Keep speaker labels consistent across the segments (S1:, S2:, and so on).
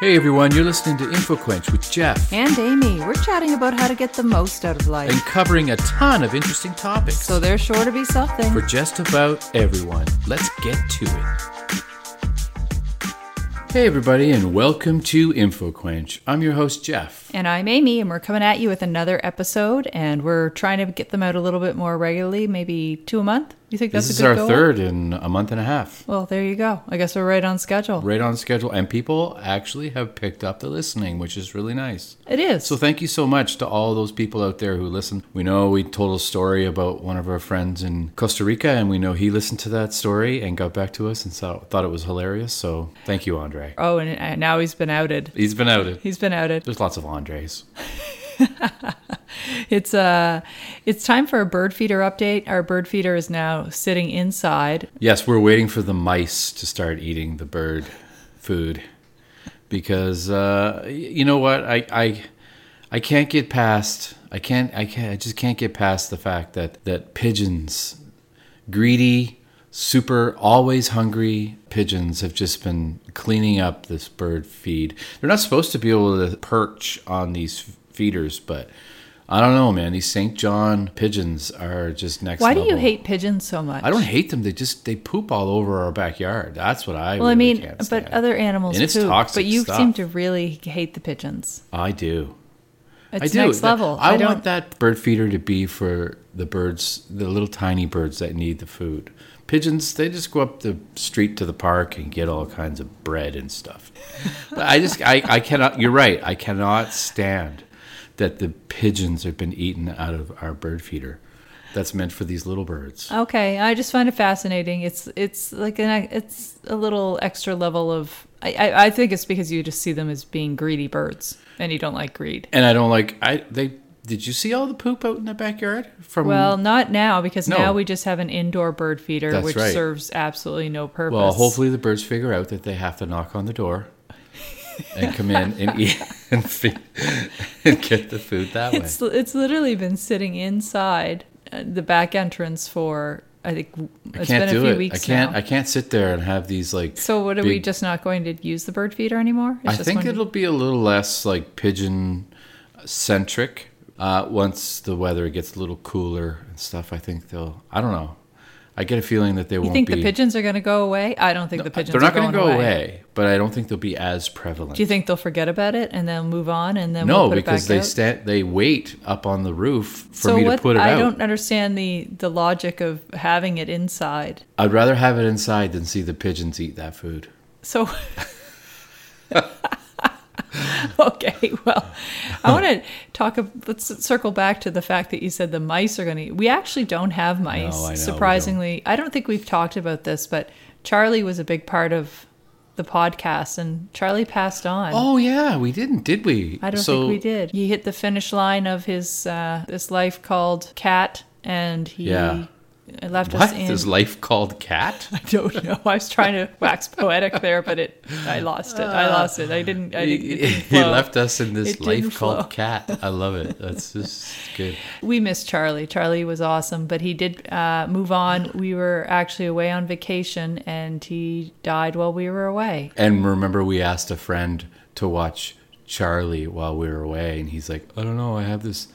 S1: Hey everyone, you're listening to InfoQuench with Jeff
S2: And Amy, we're chatting about how to get the most out of life.
S1: and covering a ton of interesting topics
S2: So there's sure to be something.
S1: for just about everyone. Let's get to it. Hey everybody, and welcome to InfoQuench. I'm your host, Jeff.
S2: and I'm Amy, and we're coming at you with another episode, and we're trying to get them out a little bit more regularly, maybe two a month. You think that's
S1: this is
S2: a good
S1: our
S2: goal?
S1: third in a month and a half.
S2: Well, there you go. I guess we're right on schedule.
S1: Right on schedule, and people actually have picked up the listening, which is really nice.
S2: It is.
S1: So thank you so much to all those people out there who listen. We know we told a story about one of our friends in Costa Rica, and we know he listened to that story and got back to us and saw, thought it was hilarious. So thank you, Andre.
S2: oh, and uh, now he's been outed.
S1: He's been outed.
S2: He's been outed.
S1: There's lots of Andres.
S2: It's uh it's time for a bird feeder update. Our bird feeder is now sitting inside.
S1: Yes, we're waiting for the mice to start eating the bird food because uh, y- you know what I, I I can't get past I can't I can't I just can't get past the fact that that pigeons greedy super always hungry pigeons have just been cleaning up this bird feed. They're not supposed to be able to perch on these f- feeders, but I don't know, man. These St. John pigeons are just next
S2: Why do you
S1: level.
S2: hate pigeons so much?
S1: I don't hate them. They just they poop all over our backyard. That's what I.
S2: Well, I
S1: really
S2: mean,
S1: can't
S2: but
S1: stand.
S2: other animals
S1: And it's
S2: poop.
S1: toxic
S2: but you
S1: stuff.
S2: seem to really hate the pigeons.
S1: I do.
S2: It's
S1: I do.
S2: next
S1: That-
S2: level.
S1: I,
S2: I don't
S1: want that bird feeder to be for the birds, the little tiny birds that need the food. Pigeons, they just go up the street to the park and get all kinds of bread and stuff. But I just, I, I cannot. You're right. I cannot stand that the pigeons have been eaten out of our bird feeder. That's meant for these little
S2: Uh,
S1: birds.
S2: Okay, I just find it fascinating. It's it's like an it's a little extra level of. I, I, I think it's because you just see them as being greedy birds, and you don't like greed.
S1: And I don't like. I they. Did you see all the poop out in the backyard from
S2: Well, not now because
S1: No.
S2: now we just have an indoor bird feeder,
S1: That's
S2: which
S1: right.
S2: serves absolutely no purpose.
S1: Well, hopefully the birds figure out that they have to knock on the door and come in and eat and, feed, and get the food that way.
S2: it's it's literally been sitting inside uh, the back entrance for I think
S1: I
S2: it's
S1: can't
S2: been a
S1: do
S2: few
S1: it. I
S2: weeks
S1: can't.
S2: now.
S1: I can't sit there and have these like.
S2: so what are we
S1: big-
S2: just not going to use the bird feeder anymore? It's
S1: I
S2: just
S1: think
S2: one-
S1: it'll be a little less like pigeon centric uh, once the weather gets a little cooler and stuff. I think they'll. I don't know. I get a feeling that they
S2: You
S1: won't
S2: think
S1: be.
S2: the pigeons are going to go away? I don't think the pigeons.
S1: they're not
S2: going
S1: to go away. but I don't think they'll be as prevalent.
S2: Do you think they'll forget about it and then move on and then
S1: no,
S2: we'll put
S1: because
S2: it back
S1: they
S2: out?
S1: stand. They wait up on the roof for
S2: so
S1: me
S2: what?
S1: to put it
S2: I
S1: out.
S2: don't understand the the logic of having it inside.
S1: I'd rather have it inside than see the pigeons eat that food.
S2: So okay, well, I want to talk. ab- Let's circle back to the fact that you said the mice are going to. eat. We actually don't have mice.
S1: No, I know, we don't.
S2: surprisingly, I don't think we've talked about this, but Charlie was a big part of the podcast, and Charlie passed on.
S1: Oh yeah, we didn't, did we?
S2: I don't
S1: So-
S2: think we did. He hit the finish line of his uh, this life called Cat, and he
S1: Yeah.
S2: left
S1: What
S2: us in.
S1: is life called cat?
S2: I don't know. I was trying to wax poetic there, but it I lost it. I lost it. I didn't. I didn't, it
S1: he,
S2: didn't
S1: he
S2: flow.
S1: left us in this
S2: It didn't
S1: life called
S2: flow.
S1: cat. I love it. That's just good.
S2: We missed Charlie. Charlie was awesome, but he did uh, move on. We were actually away on vacation, and he died while we were away.
S1: And remember, we asked a friend to watch Charlie while we were away, and he's like, "I don't know. I have this,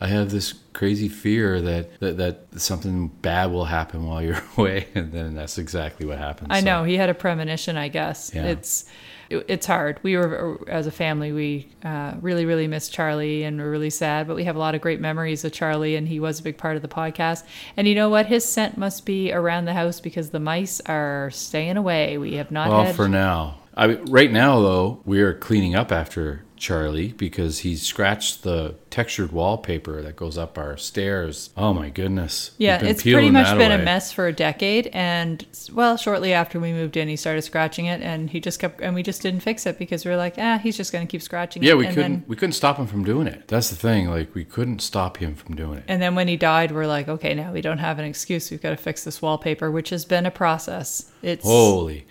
S1: I have this crazy fear that that, that something bad will happen while you're away." And then that's exactly what happened.
S2: I
S1: So-
S2: know he had a premonition. I guess
S1: Yeah.
S2: it's it- it's hard. We were as a family, we uh, really really miss Charlie and we're really sad. But we have a lot of great memories of Charlie, and he was a big part of the podcast. And you know what? His scent must be around the house because the mice are staying away. We have not
S1: Well,
S2: had.
S1: for now. I mean, right now though, we are cleaning up after Charlie because he scratched the textured wallpaper that goes up our stairs. Oh my goodness! We've
S2: yeah,
S1: been
S2: it's pretty
S1: peeling
S2: much
S1: that
S2: been a
S1: away.
S2: mess for a decade, and well, shortly after we moved in, he started scratching it, and he just kept, and we just didn't fix it because we were like, ah, he's just going to keep scratching it.
S1: Yeah, we
S2: and
S1: couldn't
S2: Then,
S1: we couldn't stop him from doing it. That's the thing. Like we couldn't stop him from doing it.
S2: And then when he died, we're like, okay, now we don't have an excuse. We've got to fix this wallpaper, which has been a process. It's
S1: Holy.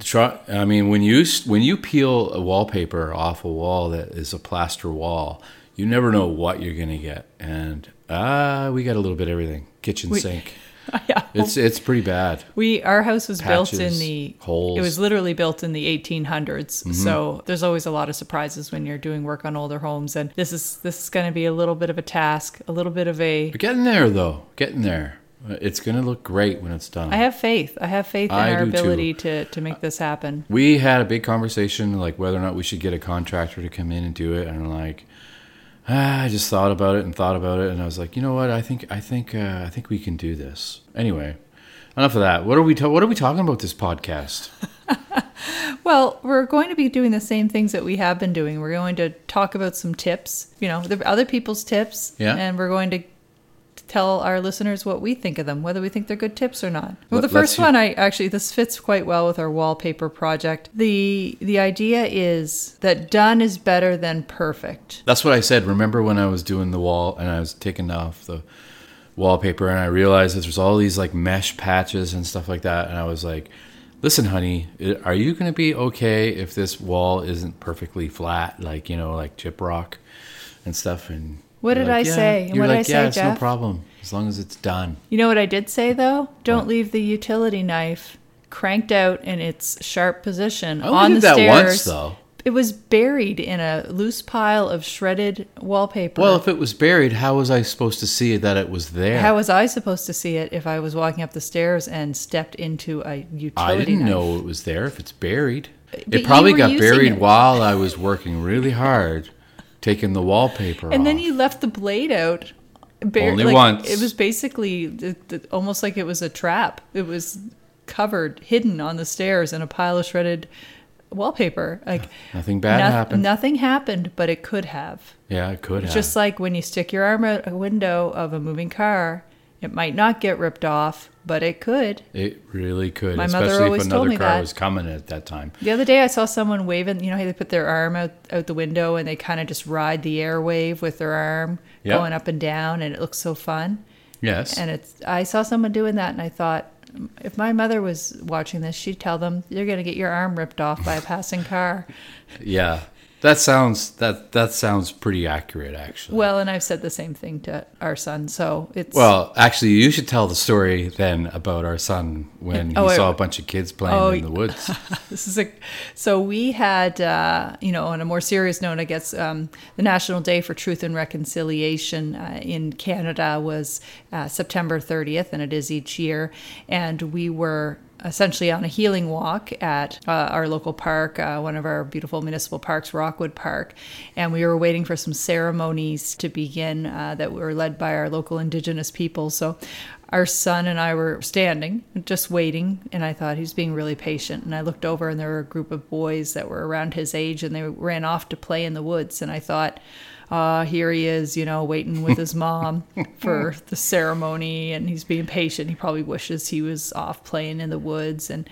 S1: Try, I mean, when you s- when you peel a wallpaper off a wall that is a plaster wall, you never know what you're gonna get. And ah, we got a little bit of everything: kitchen sink,
S2: yeah.
S1: It's it's pretty bad.
S2: We our house was built in
S1: Patches,
S2: the
S1: holes. Mm-hmm.
S2: It was literally built in the 1800s, so there's always a lot of surprises when you're doing work on older homes. And this is this is going to be a little bit of a task, a little bit of a.
S1: We're getting there though. Getting there. Uh, It's gonna look great when it's done.
S2: I have faith. I have faith in
S1: I
S2: our
S1: do too.
S2: ability to to make this happen.
S1: we had a big conversation like whether or not we should get a contractor to come in and do it, and I'm like, ah, I just thought about it and thought about it, and I was like, you know what? I think I think uh, I think we can do this. Anyway, enough of that. What are we ta- What are we talking about this podcast?
S2: Well, we're going to be doing the same things that we have been doing. We're going to talk about some tips, you know, the other people's tips,
S1: Yeah.
S2: and we're going to tell our listeners what we think of them, whether we think they're good tips or not. Well,
S1: Let-
S2: the
S1: let's
S2: first
S1: hear-
S2: one, I actually this fits quite well with our wallpaper project. the The idea is that done is better than perfect.
S1: That's what I said. Remember when I was doing the wall and I was taking off the wallpaper and I realized that there's all these like mesh patches and stuff like that. And I was like, listen, honey, i- are you going to be okay if this wall isn't perfectly flat, like, you know, like chip rock and stuff? And
S2: What
S1: you're
S2: did
S1: like,
S2: I
S1: "Yeah."
S2: say?
S1: You're
S2: What did
S1: like,
S2: I
S1: yeah,
S2: say,
S1: it's no
S2: Jeff?"
S1: problem as long as it's done.
S2: You know what I did say though? Don't leave the utility knife cranked out in its sharp position
S1: I only
S2: on
S1: did
S2: the
S1: that
S2: stairs.
S1: once, though.
S2: It was buried in a loose pile of shredded wallpaper.
S1: Well, if it was buried, how was I supposed to see that it was there?
S2: how was I supposed to see it if I was walking up the stairs and stepped into a utility
S1: I didn't
S2: knife?
S1: know it was there if it's buried.
S2: but you
S1: it probably
S2: were
S1: got
S2: using
S1: buried
S2: it.
S1: while I was working really hard taking the wallpaper
S2: And
S1: off.
S2: then you left the blade out. Bare,
S1: Only
S2: like,
S1: once.
S2: It was basically th- th- almost like it was a trap. It was covered, hidden on the stairs in a pile of shredded wallpaper. Like
S1: Nothing bad
S2: noth-
S1: happened.
S2: Nothing happened, but it could have.
S1: yeah, it could have.
S2: Just like when you stick your arm out a window of a moving car, it might not get ripped off, but it could.
S1: it really could,
S2: My mother
S1: especially if
S2: always told
S1: another
S2: me
S1: car
S2: that.
S1: was coming at that time.
S2: The other day, I saw someone waving. You know how they put their arm out, out the window and they kind of just ride the air wave with their arm
S1: Yeah.
S2: going up and down, and it looks so fun.
S1: Yes.
S2: And it's I saw someone doing that, and I thought, if my mother was watching this, she'd tell them you're going to get your arm ripped off by a passing car.
S1: yeah. That sounds that that sounds pretty accurate actually.
S2: well, and I've said the same thing to our son, so it's
S1: Well, actually, you should tell the story then about our son when
S2: Oh,
S1: he
S2: I-
S1: saw a bunch of kids playing
S2: Oh,
S1: in the woods.
S2: This is a so we had uh, you know on a more serious note, I guess um, the National Day for Truth and Reconciliation uh, in Canada was uh, September 30th, and it is each year. And we were essentially on a healing walk at uh, our local park, uh, one of our beautiful municipal parks, Rockwood Park, and we were waiting for some ceremonies to begin uh, that were led by our local Indigenous people. So our son and I were standing, just waiting, and I thought he's being really patient. And I looked over, and there were a group of boys that were around his age, and they ran off to play in the woods. And I thought, ah, here he is, you know, waiting with his mom for the ceremony, and he's being patient. He probably wishes he was off playing in the woods, and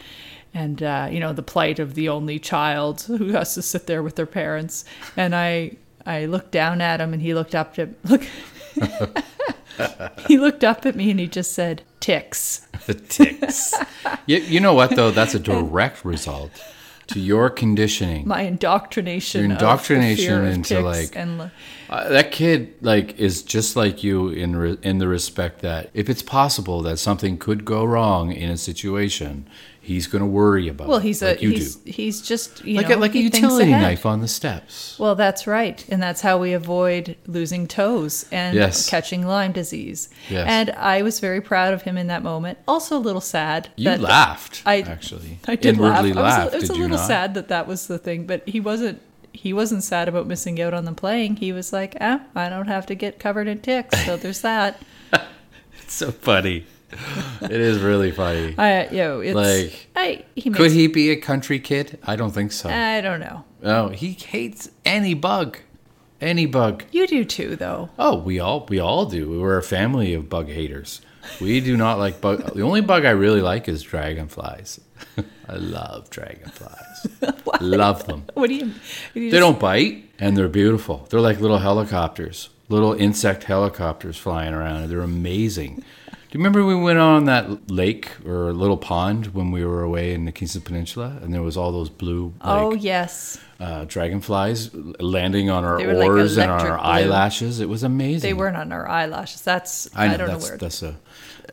S2: and uh, you know the plight of the only child who has to sit there with their parents. And I I looked down at him, and he looked up to look. He looked up at me and he just said, ticks.
S1: the ticks. you, you know what though? That's a direct result to your conditioning.
S2: My indoctrination.
S1: Your
S2: of the
S1: indoctrination
S2: fear of
S1: into,
S2: ticks
S1: like-
S2: And, li-
S1: Uh, that kid like is just like you in re- in the respect that if it's possible that something could go wrong in a situation, he's going to worry about.
S2: well,
S1: it,
S2: he's a.
S1: like you
S2: he's,
S1: do,
S2: he's just you
S1: like
S2: know
S1: a, like a
S2: he thinks
S1: utility
S2: ahead.
S1: knife on the steps.
S2: Well, that's right, and that's how we avoid losing toes and
S1: Yes.
S2: catching Lyme disease.
S1: Yes.
S2: And I was very proud of him in that moment. Also, a little sad.
S1: You
S2: that-
S1: laughed.
S2: I-
S1: actually,
S2: I did
S1: inwardly
S2: laugh. I was,
S1: laughed,
S2: a- it was
S1: did
S2: a
S1: you
S2: little
S1: not?
S2: sad that that was the thing, but he wasn't. He wasn't sad about missing out on the playing. He was like, "Ah, I don't have to get covered in ticks, so there's that."
S1: It's so funny. it is really funny.
S2: I you know, it's
S1: Like,
S2: I he
S1: Could
S2: makes,
S1: he be a country kid? I don't think so.
S2: I don't know.
S1: no, he hates any bug, any bug.
S2: You do too though.
S1: Oh, we all we all do. We're a family of bug haters. We do not like bug. The only bug I really like is dragonflies. I love dragonflies. love them.
S2: What do you, you
S1: They
S2: just-
S1: don't bite, and they're beautiful. They're like little helicopters, little insect helicopters flying around. They're amazing. you remember we went on that lake or little pond when we were away in the Kingston Peninsula, and there was all those blue like,
S2: oh yes,
S1: uh, dragonflies landing on our
S2: They were like
S1: oars and on
S2: electric
S1: our
S2: blue.
S1: eyelashes. It was amazing.
S2: they weren't on our eyelashes. That's
S1: I
S2: I,
S1: know
S2: don't know
S1: that's
S2: where.
S1: that's a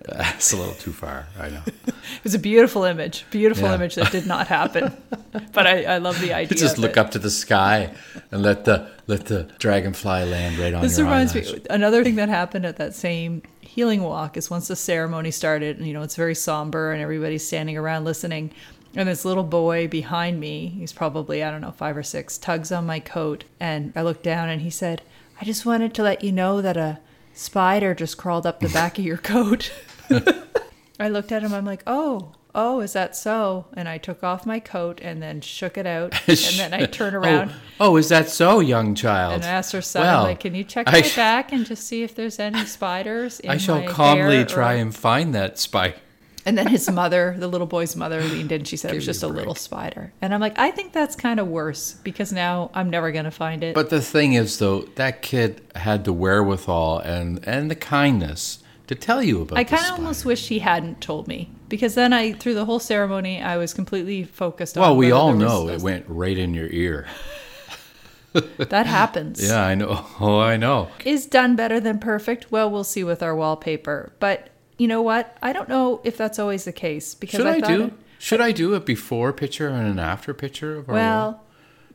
S1: that's a little too far. I know.
S2: It was a beautiful image, beautiful
S1: Yeah.
S2: image that did not happen. but I, I love the idea.
S1: Just
S2: of
S1: look
S2: it.
S1: up to the sky and let the let the dragonfly land right on
S2: This
S1: your
S2: reminds
S1: eyelash.
S2: me another thing that happened at that same healing walk is once the ceremony started and you know it's very somber and everybody's standing around listening and this little boy behind me he's probably i don't know 5 or 6 tugs on my coat and i look down and he said i just wanted to let you know that a spider just crawled up the back of your coat I looked at him. I'm like, oh, oh, is that so? And I took off my coat and then shook it out. and then I turn around
S1: Oh, oh, is that so, young child?
S2: and I asked her son,
S1: Well,
S2: I'm like, can you check
S1: I
S2: my
S1: sh-
S2: back and just see if there's any spiders in
S1: I shall
S2: my
S1: calmly
S2: hair
S1: try
S2: or-"
S1: and find that spider.
S2: And then his mother, the little boy's mother, leaned in. She said it was just a, little spider. And I'm like, I think that's kind of worse because now I'm never going to find it.
S1: But the thing is, though, that kid had the wherewithal and and the kindness to tell you about.
S2: I
S1: the
S2: kind of
S1: spider.
S2: almost wish he hadn't told me because then I, through the whole ceremony, I was completely focused on.
S1: Well, we
S2: whether
S1: all
S2: there was-
S1: know it went right in your ear.
S2: That happens.
S1: Yeah, I know. Oh, I know.
S2: is done better than perfect. Well, we'll see with our wallpaper. But you know what? I don't know if that's always the case because
S1: Should
S2: I,
S1: I,
S2: thought
S1: do?
S2: it-
S1: should I do a before picture and an after picture of our? wall?
S2: well,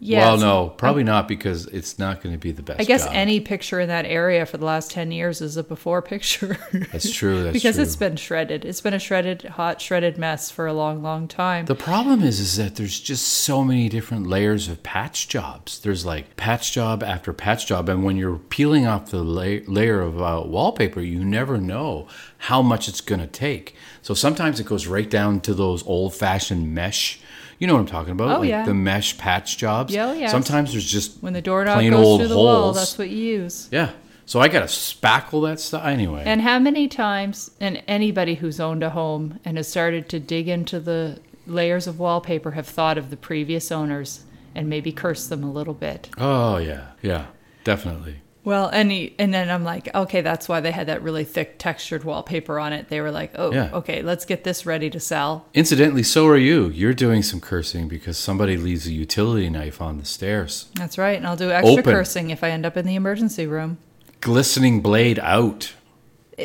S2: yes.
S1: Well, no, probably not because it's not going to be the best.
S2: I guess
S1: job.
S2: any picture in that area for the last 10 years is a before picture.
S1: that's true. That's
S2: because
S1: true.
S2: it's been shredded. It's been a shredded, hot, shredded mess for a long, long time.
S1: The problem is, is that there's just so many different layers of patch jobs. There's like patch job after patch job, and when you're peeling off the la- layer of uh, wallpaper, you never know how much it's gonna take. So sometimes it goes right down to those old-fashioned mesh. You know what I'm talking about?
S2: Oh,
S1: like
S2: yeah.
S1: the mesh patch jobs.
S2: Yeah, oh, yes.
S1: Sometimes there's just
S2: when the doorknob
S1: plain
S2: goes
S1: old
S2: through the
S1: holes.
S2: wall, that's what you use.
S1: yeah. So I gotta spackle that stuff anyway.
S2: And how many times, and anybody who's owned a home and has started to dig into the layers of wallpaper have thought of the previous owners and maybe cursed them a little bit.
S1: oh yeah, yeah, definitely.
S2: Well, and he- and then I'm like, okay, that's why they had that really thick textured wallpaper on it. They were like, oh,
S1: Yeah.
S2: okay, let's get this ready to sell.
S1: Incidentally, so are you. You're doing some cursing because somebody leaves a utility knife on the stairs.
S2: That's right, and I'll do extra
S1: Open.
S2: cursing if I end up in the emergency room.
S1: Glistening blade out,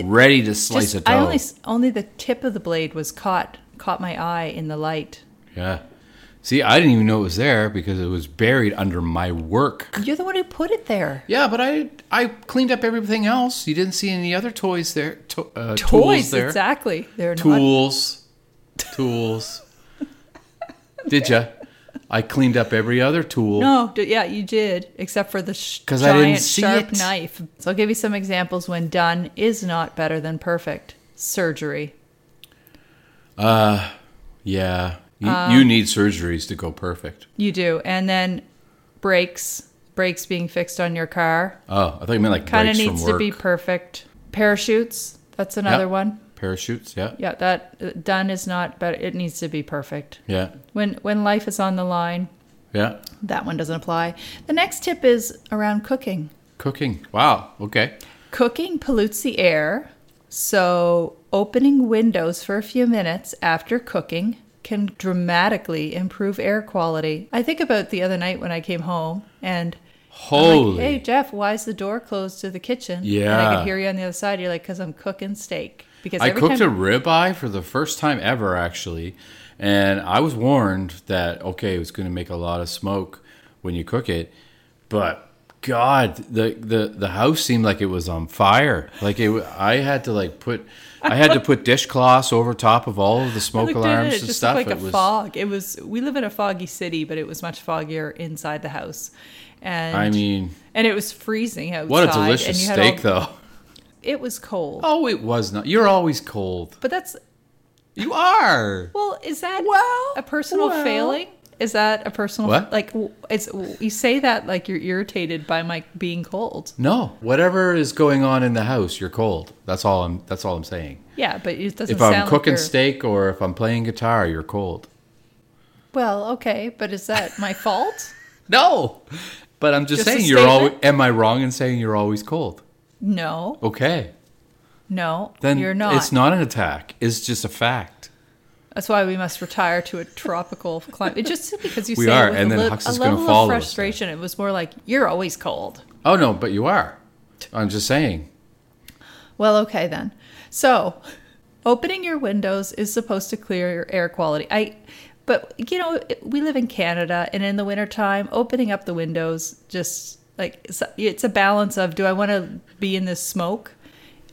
S1: ready to slice
S2: Just-
S1: a toe.
S2: I only s- only the tip of the blade was caught caught my eye in the light.
S1: yeah. See, I didn't even know it was there because it was buried under my work.
S2: You're the one who put it there.
S1: Yeah, but I I cleaned up everything else. You didn't see any other toys there. To, uh,
S2: Toys,
S1: tools there.
S2: exactly. They're not
S1: Tools, tools. Did ya? I cleaned up every other tool.
S2: No, d- yeah, you did, except for the sh-
S1: 'Cause
S2: giant
S1: I didn't see
S2: sharp
S1: it.
S2: knife. So I'll give you some examples when done is not better than perfect. Surgery.
S1: Yeah, you,
S2: Uh,
S1: you need surgeries to go perfect.
S2: You do. And then brakes, brakes being fixed on your car.
S1: Oh, I thought you meant like
S2: Kind of
S1: breaks from
S2: needs to be
S1: work.
S2: perfect. Parachutes, that's another
S1: Yeah.
S2: one.
S1: Parachutes, yeah.
S2: Yeah, that uh, done is not better. It needs to be perfect.
S1: Yeah.
S2: When when life is on the line,
S1: Yeah.
S2: that one doesn't apply. The next tip is around cooking.
S1: Cooking. Wow. Okay.
S2: Cooking pollutes the air, so opening windows for a few minutes after cooking can dramatically improve air quality. I think about the other night when I came home and I'm
S1: Holy.
S2: like, hey Jeff, why is the door closed to the kitchen? and I
S1: Yeah.
S2: could hear you on the other side. You're like, because I'm cooking steak. Because
S1: I
S2: every
S1: cooked
S2: time
S1: a ribeye for the first time ever, actually. And I was warned that, okay, it's going to make a lot of smoke when you cook it. But God, the, the, the house seemed like it was on fire. Like it, wa- I had to like put, I had to put dishcloths over top of all of the
S2: I
S1: smoke
S2: looked at
S1: alarms
S2: it, it
S1: and
S2: just
S1: stuff.
S2: looked like
S1: it
S2: a
S1: was
S2: fog. It was. We live in a foggy city, but it was much foggier inside the house. And
S1: I mean,
S2: and it was freezing outside.
S1: what a
S2: and
S1: delicious
S2: you had
S1: steak
S2: all-
S1: though.
S2: It was cold.
S1: Oh, it was not. You're always cold.
S2: But that's
S1: You are.
S2: Well, is that
S1: Well,
S2: a personal
S1: well.
S2: failing? Is that a personal
S1: What?
S2: like w- it's w- you say that like you're irritated by my being cold.
S1: No, whatever is going on in the house, you're cold. That's all I'm. That's all I'm saying.
S2: Yeah, but it doesn't
S1: if
S2: sound
S1: I'm
S2: like
S1: cooking
S2: you're-
S1: steak or if I'm playing guitar, you're cold.
S2: Well, okay, but is that my fault?
S1: No, but I'm just,
S2: Just a
S1: saying you're always.
S2: statement?
S1: Am I wrong in saying you're always cold?
S2: No.
S1: Okay.
S2: No,
S1: Then
S2: you're not.
S1: It's not an attack. It's just a fact.
S2: That's why we must retire to a tropical climate. It just because you
S1: We
S2: say
S1: are,
S2: it with
S1: and
S2: a,
S1: then
S2: le-
S1: Hux
S2: a
S1: is gonna
S2: level of
S1: follow us there.
S2: frustration. It was more like you're always cold.
S1: Oh no, but you are. I'm just saying.
S2: Well, okay then. So, opening your windows is supposed to clear your air quality. I but you know, we live in Canada and in the wintertime, opening up the windows just like it's a, it's a balance of do I want to be in this smoke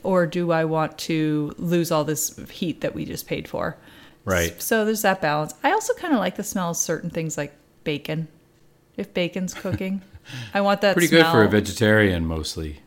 S2: or do I want to lose all this heat that we just paid for?
S1: Right.
S2: So there's that balance. I also kind of like the smell of certain things like bacon. If bacon's cooking, I want that
S1: Pretty
S2: smell.
S1: good for a vegetarian mostly.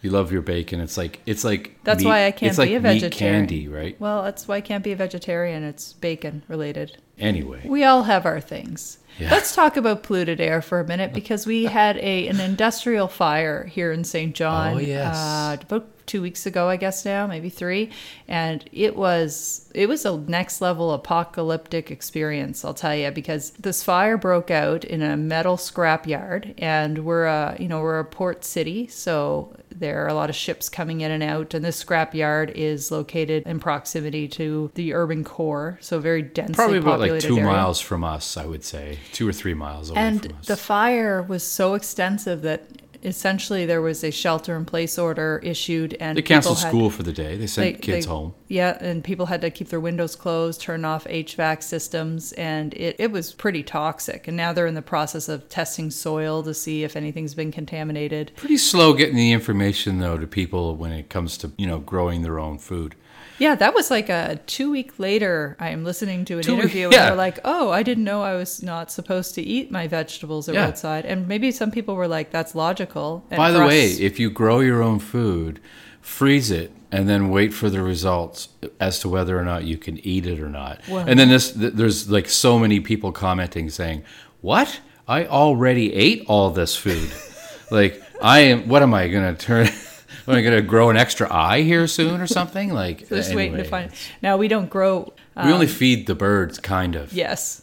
S1: You love your bacon. It's like it's like
S2: That's
S1: meat-
S2: why I can't
S1: it's like
S2: be a
S1: meat
S2: vegetarian.
S1: candy, right?
S2: Well, that's why I can't be a vegetarian. It's bacon related.
S1: Anyway,
S2: We all have our things.
S1: Yeah.
S2: Let's talk about polluted air for a minute because we had a an industrial fire here in St. John.
S1: Oh, yes.
S2: Uh, about two weeks ago, I guess now, maybe three, and it was it was a next level apocalyptic experience. I'll tell you because this fire broke out in a metal scrapyard, and we're a you know we're a port city, so there are a lot of ships coming in and out, and this scrapyard is located in proximity to the urban core, so very densely
S1: probably about like
S2: populated
S1: two
S2: area.
S1: miles from us, I would say, two or three miles away
S2: And
S1: from us.
S2: the fire was so extensive that essentially there was a shelter in place order issued and
S1: they canceled
S2: people had-
S1: school for the day. They sent
S2: they-
S1: kids
S2: they-
S1: home.
S2: Yeah, and people had to keep their windows closed, turn off HVAC systems, and it, it was pretty toxic. And now they're in the process of testing soil to see if anything's been contaminated.
S1: Pretty slow getting the information though to people when it comes to you know growing their own food.
S2: Yeah, that was like a two week later. I am listening to an
S1: Two week-
S2: interview
S1: yeah.
S2: and they're like, "Oh, I didn't know I was not supposed to eat my vegetables
S1: Yeah.
S2: outside." And maybe some people were like, "That's logical." And
S1: By
S2: for
S1: the
S2: us-
S1: way, if you grow your own food, freeze it and then wait for the results as to whether or not you can eat it or not.
S2: Well-
S1: and then this, th- there's like so many people commenting saying, "What? I already ate all this food. like I am. What am I going to turn? am I going to grow an extra eye here soon or something? Like
S2: Just waiting to
S1: anyway,
S2: find. Now we don't grow. Uh,
S1: We only feed the birds, kind of.
S2: yes,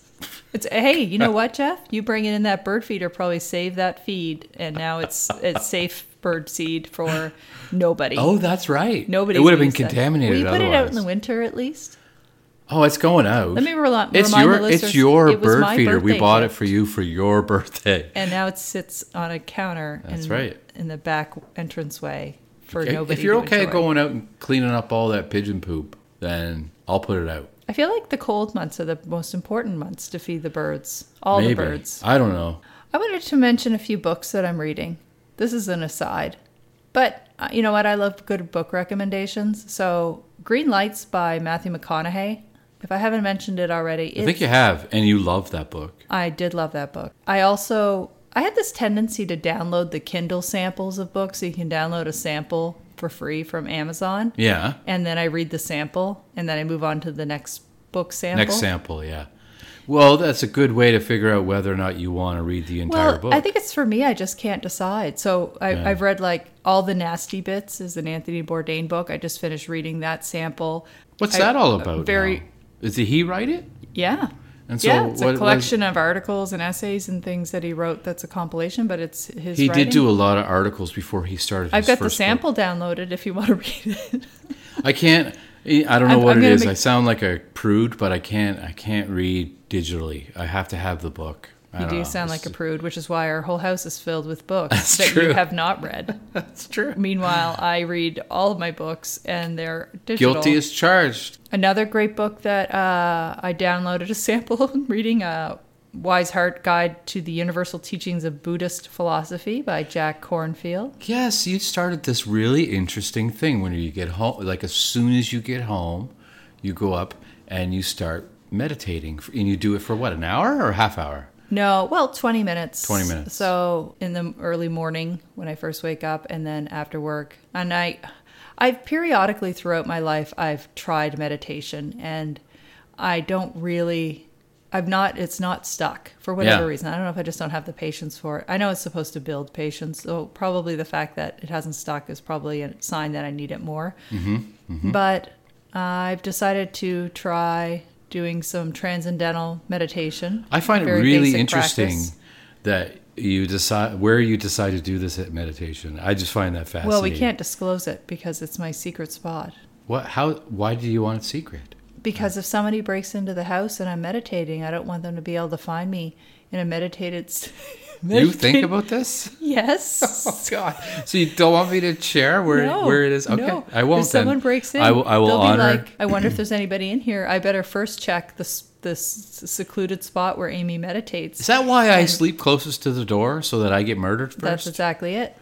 S2: it's hey. You know what, Jeff? You bringing in that bird feeder probably saved that feed, and now it's it's safe bird seed for nobody.
S1: Oh, that's right.
S2: nobody.
S1: It would have been
S2: leaves that.
S1: contaminated.
S2: Will you put
S1: otherwise.
S2: it out in the winter at least?
S1: Oh, it's going out.
S2: Let me rela-
S1: It's
S2: remind
S1: your
S2: the
S1: it's
S2: listeners,
S1: your
S2: it was
S1: bird
S2: my
S1: feeder. we
S2: birthday
S1: bought
S2: gift.
S1: it for you for your birthday.
S2: And now it sits on a counter.
S1: That's
S2: in,
S1: right.
S2: In the back entranceway for
S1: If-
S2: nobody.
S1: if you're
S2: to
S1: okay
S2: enjoy.
S1: going out and cleaning up all that pigeon poop, then I'll put it out.
S2: I feel like the cold months are the most important months to feed the birds. All
S1: Maybe
S2: the birds.
S1: I don't know.
S2: I wanted to mention a few books that I'm reading. This is an aside. But uh, you know what? I love good book recommendations. So, Green Lights by Matthew McConaughey. If I haven't mentioned it already,
S1: I
S2: it's,
S1: think you have, and you love that book.
S2: I did love that book. I also I had this tendency to download the Kindle samples of books. So you can download a sample for free from Amazon,
S1: Yeah.
S2: and then I read the sample, and then I move on to the next book sample.
S1: Next sample. Yeah. Well, that's a good way to figure out whether or not you want to read the entire
S2: well,
S1: book.
S2: I think it's for me. I just can't decide. So I,
S1: Yeah.
S2: I've read like all the nasty bits is an Anthony Bourdain book. I just finished reading that sample.
S1: What's
S2: I- uh,
S1: that all about?
S2: Very,
S1: now? Is it he write it?
S2: yeah,
S1: And
S2: yeah. It's
S1: what-
S2: a
S1: what-
S2: collection of articles and essays and things that he wrote. That's a compilation, but it's his.
S1: he
S2: writing.
S1: did do a lot of articles before he started.
S2: I've
S1: his
S2: got the
S1: first book.
S2: sample downloaded. If you want to read it,
S1: I can't. I don't know
S2: I'm-
S1: what
S2: I'm
S1: it
S2: gonna
S1: is.
S2: make-
S1: I sound like a prude, but I can't. I can't read digitally. I have to have the book. I
S2: you
S1: don't
S2: do
S1: know.
S2: sound
S1: It's-
S2: like a prude, which is why our whole house is filled with books
S1: That's
S2: that you
S1: true.
S2: have not read.
S1: That's true.
S2: Meanwhile, I read all of my books, and they're digital.
S1: Guilty is charged.
S2: Another great book that uh, I downloaded a sample of reading a Wise Heart Guide to the Universal Teachings of Buddhist Philosophy by Jack Cornfield.
S1: Yes, you started this really interesting thing when you get home. Like as soon as you get home, you go up and you start meditating, f- and you do it for what an hour or a half hour.
S2: No, well, 20 minutes.
S1: 20 minutes.
S2: So in the early morning when I first wake up and then after work. And I I've periodically throughout my life I've tried meditation and I don't really I've not it's not stuck for whatever
S1: Yeah.
S2: reason. I don't know if I just don't have the patience for it. I know it's supposed to build patience, so probably the fact that it hasn't stuck is probably a sign that I need it more.
S1: Mm-hmm,
S2: But I've decided to try doing some transcendental meditation.
S1: I find it
S2: very
S1: really
S2: basic
S1: interesting
S2: practice.
S1: that you decide where you decide to do this meditation. I just find that fascinating.
S2: Well, we can't disclose it because it's my secret spot.
S1: What? How? Why do you want it secret?
S2: Because if somebody breaks into the house and I'm meditating, I don't want them to be able to find me in a meditated. s-
S1: You think about this? Oh
S2: Yes.
S1: God! So you don't want me to share where
S2: No,
S1: where it is? Okay,
S2: no.
S1: I won't.
S2: If someone
S1: then.
S2: breaks in,
S1: I will. I will
S2: they'll
S1: honor.
S2: be like, "I wonder if there's anybody in here. I better first check this this secluded spot where Amy meditates."
S1: is that why I sleep closest to the door so that I get murdered first?
S2: That's exactly it.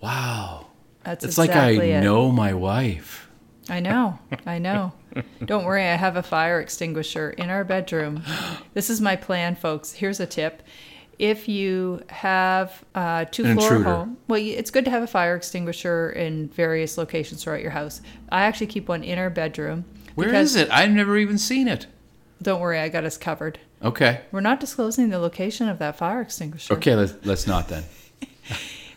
S1: wow!
S2: That's
S1: it's
S2: exactly
S1: like I
S2: it.
S1: know my wife.
S2: I know. I know. Don't worry, I have a fire extinguisher in our bedroom. This is my plan, folks. Here's a tip. If you have uh, two
S1: An
S2: floor
S1: intruder.
S2: home, well, you- it's good to have a fire extinguisher in various locations throughout your house. I actually keep one in our bedroom.
S1: Where
S2: because-
S1: is it? I've never even seen it.
S2: Don't worry, I got us covered.
S1: Okay.
S2: We're not disclosing the location of that fire extinguisher.
S1: Okay. Let's let's not then.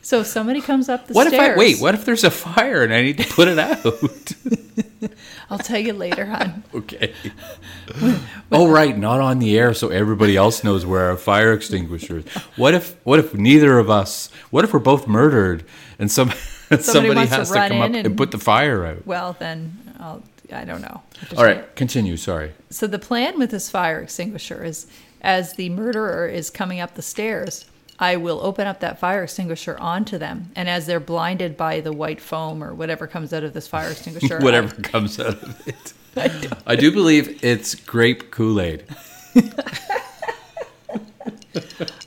S2: So if somebody comes up the
S1: What
S2: stairs,
S1: if I wait? What if there's a fire and I need to put it out?
S2: I'll tell you later, hon.
S1: okay. oh right, not on the air, so everybody else knows where our fire extinguisher is. What if? What if neither of us? What if we're both murdered and some somebody,
S2: wants to
S1: has to,
S2: run
S1: come up
S2: in
S1: and,
S2: and-
S1: put the fire out?
S2: Well, then I'll. I don't know.
S1: All right, continue. Sorry.
S2: So the plan with this fire extinguisher is as the murderer is coming up the stairs, I will open up that fire extinguisher onto them. And as they're blinded by the white foam or whatever comes out of this fire extinguisher,
S1: Whatever comes out of it. I do believe it's grape Kool Aid.
S2: I,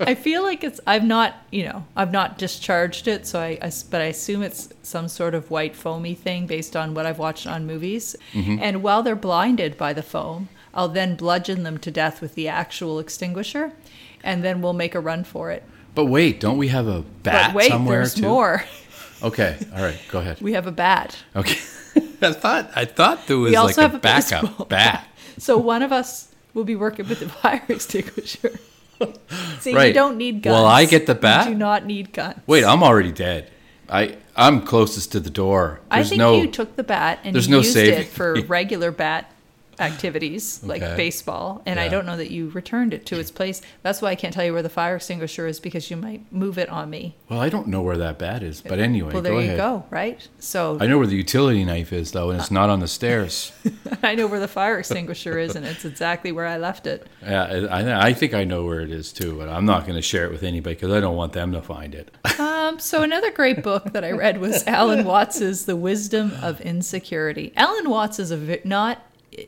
S2: I feel like it's, I've not, you know, I've not discharged it. So I, I s- but I assume it's some sort of white foamy thing based on what I've watched on movies.
S1: Mm-hmm.
S2: And while they're blinded by the foam, I'll then bludgeon them to death with the actual extinguisher. And then we'll make a run for it.
S1: But wait, don't we have a bat
S2: but wait,
S1: somewhere
S2: there's
S1: too?
S2: more.
S1: Okay. All right. Go ahead.
S2: We have a bat.
S1: Okay. I thought I thought there was
S2: We
S1: like
S2: also
S1: a
S2: have a
S1: backup
S2: baseball
S1: bat.
S2: So one of us will be working with the fire extinguisher. See,
S1: Right.
S2: you don't need guns.
S1: Will I get the bat?
S2: You do not need guns.
S1: Wait, uh, I'm already dead. I I'm closest to the door.
S2: I
S1: There's
S2: think
S1: no
S2: you took the bat and
S1: there's
S2: you
S1: no
S2: used
S1: saving
S2: it for
S1: me.
S2: regular bat activities like
S1: Okay.
S2: baseball, and I
S1: Yeah.
S2: don't know that you returned it to its place. That's why I can't tell you where the fire extinguisher is because you might move it on me.
S1: Well, I don't know where that bat is, but anyway,
S2: Well, there
S1: go
S2: you
S1: ahead.
S2: go. Right. So
S1: I know where the utility knife is though, and it's not on the stairs.
S2: I know where the fire extinguisher is, and it's exactly where I left it.
S1: yeah, I, I- I think I know where it is too, but I'm not going to share it with anybody because I don't want them to find it.
S2: Um, so another great book that I read was Alan Watts's The Wisdom of Insecurity. Alan Watts is a ve- not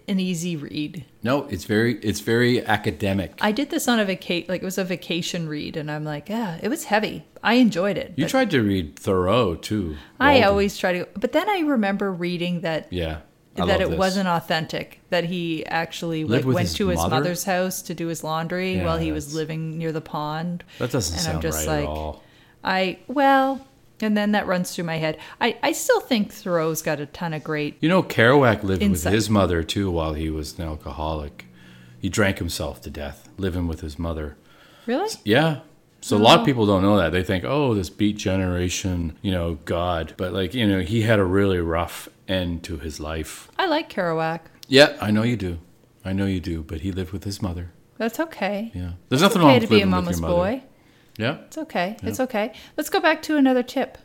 S2: an easy read.
S1: No, it's very it's very academic.
S2: I did this on a vacation, like it was a vacation read, and I'm like, yeah, it was heavy. I enjoyed it.
S1: you
S2: but
S1: tried to read Thoreau too.
S2: I
S1: Walden.
S2: always try to, but then I remember reading that
S1: yeah. I
S2: that
S1: love
S2: it
S1: this.
S2: wasn't authentic. That he actually
S1: Lived
S2: like,
S1: with
S2: went
S1: his
S2: to his
S1: mother?
S2: mother's house to do his laundry
S1: Yeah,
S2: while he was
S1: that's-
S2: living near the pond.
S1: That doesn't
S2: and I'm
S1: sound
S2: just
S1: right
S2: like,
S1: at all.
S2: I well, and then that runs through my head. I I still think Thoreau's got a ton of great.
S1: You know, Kerouac lived
S2: Insight.
S1: with his mother too while he was an alcoholic. He drank himself to death living with his mother.
S2: Really?
S1: Yeah. So a lot
S2: Oh.
S1: of people don't know that. They think, oh, this beat generation, you know, God. But like, you know, he had a really rough end to his life.
S2: I like Kerouac.
S1: Yeah, I know you do. I know you do. But he lived with his mother.
S2: That's okay.
S1: Yeah. There's
S2: It's
S1: nothing wrong
S2: okay to
S1: with
S2: be a
S1: living with
S2: mama's
S1: your mother.
S2: boy.
S1: Yeah.
S2: It's okay. It's okay. Let's go back to another tip.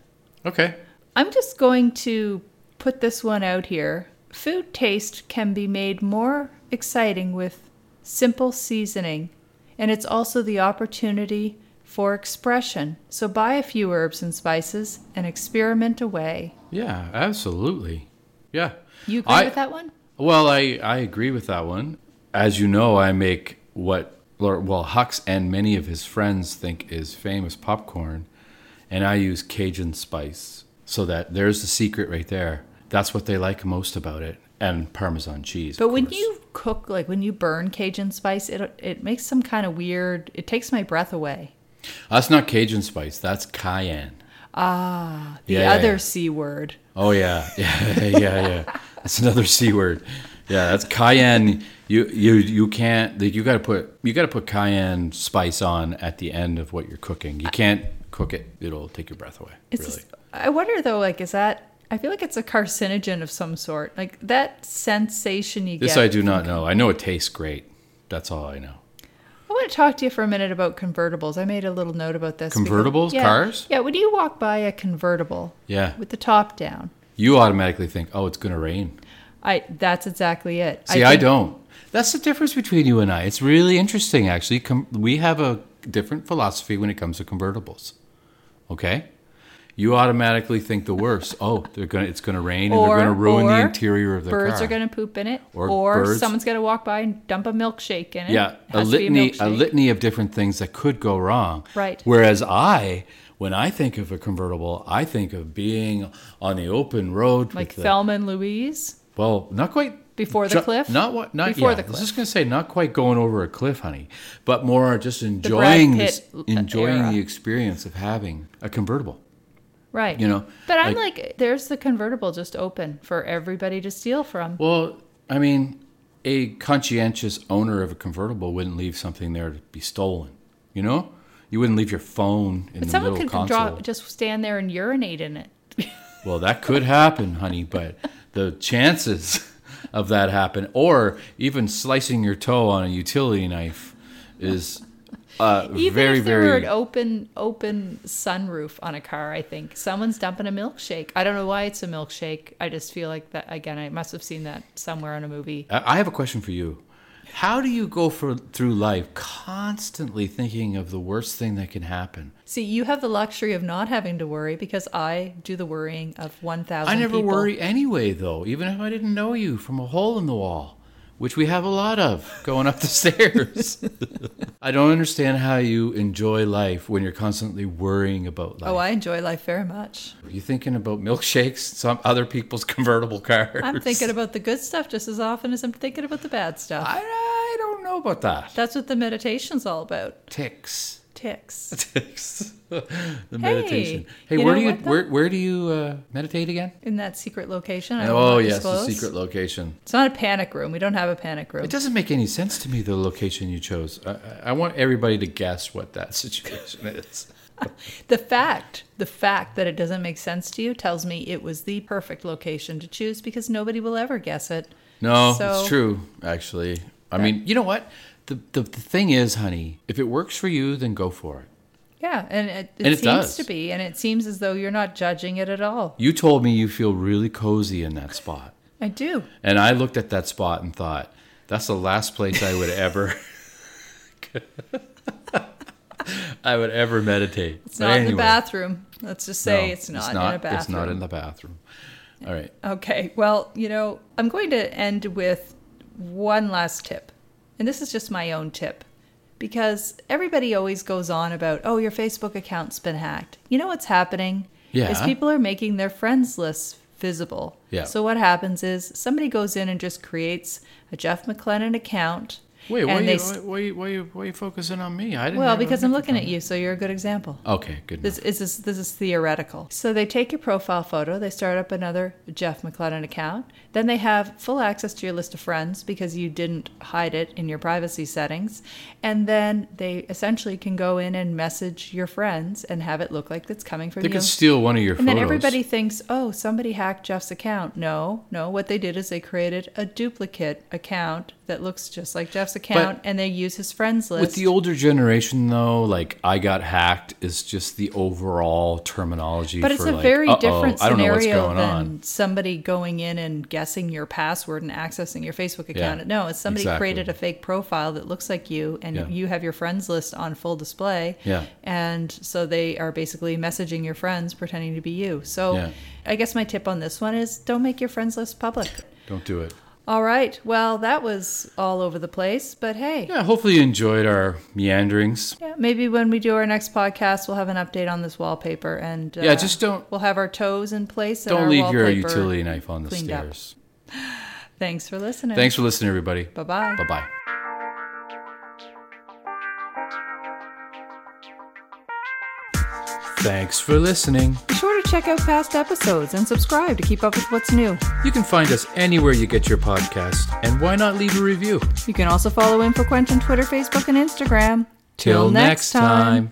S1: Okay.
S2: I'm just going to put this one out here. Food taste can be made more exciting with simple seasoning, and it's also the opportunity for expression. So buy a few herbs and spices and experiment away.
S1: Yeah, absolutely. Yeah.
S2: You agree
S1: I-
S2: with that one?
S1: Well, I, I agree with that one. As you know, I make what Lord, well Hux and many of his friends think is famous popcorn, and I use Cajun spice. So that there's the secret right there. That's what they like most about it, and Parmesan cheese. of
S2: But when
S1: course.
S2: you cook, like when you burn Cajun spice, it it makes some kind of weird. It takes my breath away.
S1: that's not Cajun spice, that's cayenne.
S2: Ah, the
S1: Yeah, yeah,
S2: other
S1: yeah.
S2: c word.
S1: Oh yeah, yeah, yeah, yeah. That's another c word. Yeah, that's cayenne. You you you can't. You got to put you got to put cayenne spice on at the end of what you're cooking. You can't cook it. It'll take your breath away.
S2: It's
S1: really.
S2: just, I wonder though, like, is that? I feel like it's a carcinogen of some sort. Like that sensation you
S1: this
S2: get.
S1: I do not know. I know it tastes great. That's all I know.
S2: I want to talk to you for a minute about convertibles. I made a little note about this. because-
S1: Convertibles?
S2: yeah,
S1: Cars?
S2: Yeah. When you walk by a convertible
S1: Yeah.
S2: with the top down,
S1: You automatically think, oh, it's going to rain.
S2: I that's exactly it.
S1: See, I,
S2: think-
S1: don't. That's the difference between you and I. It's really interesting, actually. Com- we have a different philosophy when it comes to convertibles. Okay? You automatically think the worst. Oh, they're gonna, it's going to rain and they're going to ruin the
S2: or
S1: interior of the
S2: birds
S1: car.
S2: are going to poop in it,
S1: Or
S2: or,
S1: birds-
S2: someone's going to walk by and dump a milkshake in it.
S1: yeah, a
S2: Has to be
S1: litany, a,
S2: milkshake.
S1: litany of different things that could go wrong.
S2: Right.
S1: Whereas I, when I think of a convertible, I think of being on the open road
S2: like
S1: with the-
S2: Thelma and Louise.
S1: Well, not quite
S2: Before the
S1: Ju-
S2: cliff?
S1: Not what? Not
S2: Before
S1: yeah,
S2: the
S1: I was
S2: cliff.
S1: just gonna say not quite going over a cliff, honey, but more just enjoying this,
S2: Pitt uh,
S1: enjoying
S2: era.
S1: the experience of having a convertible.
S2: Right.
S1: You know,
S2: But I'm like, there's the convertible just open for everybody to steal from.
S1: Well, I mean, a conscientious owner of a convertible wouldn't leave something there to be stolen. You know, you wouldn't leave your phone in
S2: but
S1: the
S2: someone
S1: middle
S2: could
S1: console.
S2: draw, just stand there and urinate in it.
S1: Well, that could happen, honey, but the chances of that happen, or even slicing your toe on a utility knife, is uh,
S2: Even
S1: very,
S2: if there were
S1: very
S2: an open open sunroof on a car, I think someone's dumping a milkshake. I don't know why it's a milkshake. I just feel like that again. I must have seen that somewhere in a movie.
S1: I I have a question for you. How do you go for, through life constantly thinking of the worst thing that can happen?
S2: See, you have the luxury of not having to worry because I do the worrying of one thousand.
S1: I never
S2: people.
S1: worry anyway, though, even if I didn't know you from a hole in the wall, which we have a lot of going up the stairs. I don't understand how you enjoy life when you're constantly worrying about life.
S2: Oh, I enjoy life very much.
S1: Are you thinking about milkshakes, some other people's convertible cars?
S2: I'm thinking about the good stuff just as often as I'm thinking about the bad stuff.
S1: I, I don't know about that.
S2: That's what the meditation's all about.
S1: Ticks.
S2: Ticks.
S1: Ticks. the meditation. Hey,
S2: you
S1: where
S2: know
S1: do you
S2: what, though?
S1: where where do you uh, meditate again?
S2: in that secret location. I will
S1: Oh
S2: not
S1: yes,
S2: disclose.
S1: the secret location.
S2: It's not a panic room. We don't have a panic room.
S1: It doesn't make any sense to me the location you chose. I, I- I want everybody to guess what that situation is.
S2: The fact, the fact that it doesn't make sense to you tells me it was the perfect location to choose because nobody will ever guess it.
S1: No,
S2: So-
S1: it's true. Actually, I mean, you know what? The, the the thing is, honey, if it works for you, then go for it.
S2: Yeah, and it, it
S1: And it
S2: seems
S1: does.
S2: to be, and it seems as though you're not judging it at all.
S1: You told me you feel really cozy in that spot,
S2: I do.
S1: and I looked at that spot and thought, that's the last place I would ever. I would ever meditate.
S2: It's not in the bathroom. Let's just say it's, not in a bathroom.
S1: It's not in the bathroom. All right.
S2: Okay, well, you know, I'm going to end with one last tip. And this is just my own tip because everybody always goes on about, oh, your Facebook account's been hacked. You know what's happening?
S1: Yeah.
S2: Is people are making their friends list visible.
S1: Yeah.
S2: So what happens is somebody goes in and just creates a Jeff McLennan account.
S1: Wait,
S2: and
S1: why,
S2: they
S1: you,
S2: s-
S1: why, why, you- why, you- why you focusing on me? I didn't.
S2: well,
S1: have a
S2: because I'm
S1: different
S2: looking at
S1: one.
S2: you, so you're a good example.
S1: Okay, good.
S2: This is this, this is theoretical. So they take your profile photo, they start up another Jeff McLennan account, then they have full access to your list of friends because you didn't hide it in your privacy settings, and then they essentially can go in and message your friends and have it look like it's coming from
S1: they
S2: you.
S1: could steal one of your
S2: and
S1: photos.
S2: then everybody thinks, oh, somebody hacked Jeff's account. No, no. What they did is they created a duplicate account that looks just like Jeff's account, and they use his friends list.
S1: With the older generation, though, like I got hacked is just the overall terminology.
S2: But it's
S1: for,
S2: a
S1: like,
S2: very
S1: "Uh-oh,
S2: different
S1: I don't know what's
S2: scenario
S1: going
S2: than
S1: on.
S2: somebody going in and guessing your password and accessing your Facebook account.
S1: Yeah,
S2: no, it's somebody
S1: exactly.
S2: created a fake profile that looks like you, and
S1: Yeah.
S2: you have your friends list on full display.
S1: Yeah.
S2: And so they are basically messaging your friends pretending to be you. So
S1: Yeah.
S2: I guess my tip on this one is don't make your friends list public.
S1: Don't do it.
S2: All right. Well, that was all over the place, but hey.
S1: Yeah, hopefully you enjoyed our meanderings.
S2: Yeah, maybe when we do our next podcast, we'll have an update on this wallpaper, and uh,
S1: Yeah, just don't-
S2: We'll have our toes in place. and
S1: Don't
S2: our
S1: leave your
S2: wallpaper.
S1: utility knife on the
S2: cleaned up.
S1: stairs.
S2: Thanks for listening.
S1: Thanks for listening, everybody.
S2: Bye bye.
S1: Bye bye. Thanks for listening.
S2: Be sure to check out past episodes and subscribe to keep up with what's new.
S1: You can find us anywhere you get your podcast, and why not leave a review?
S2: You can also follow InfoQuench on Twitter, Facebook, and Instagram.
S1: Till next time.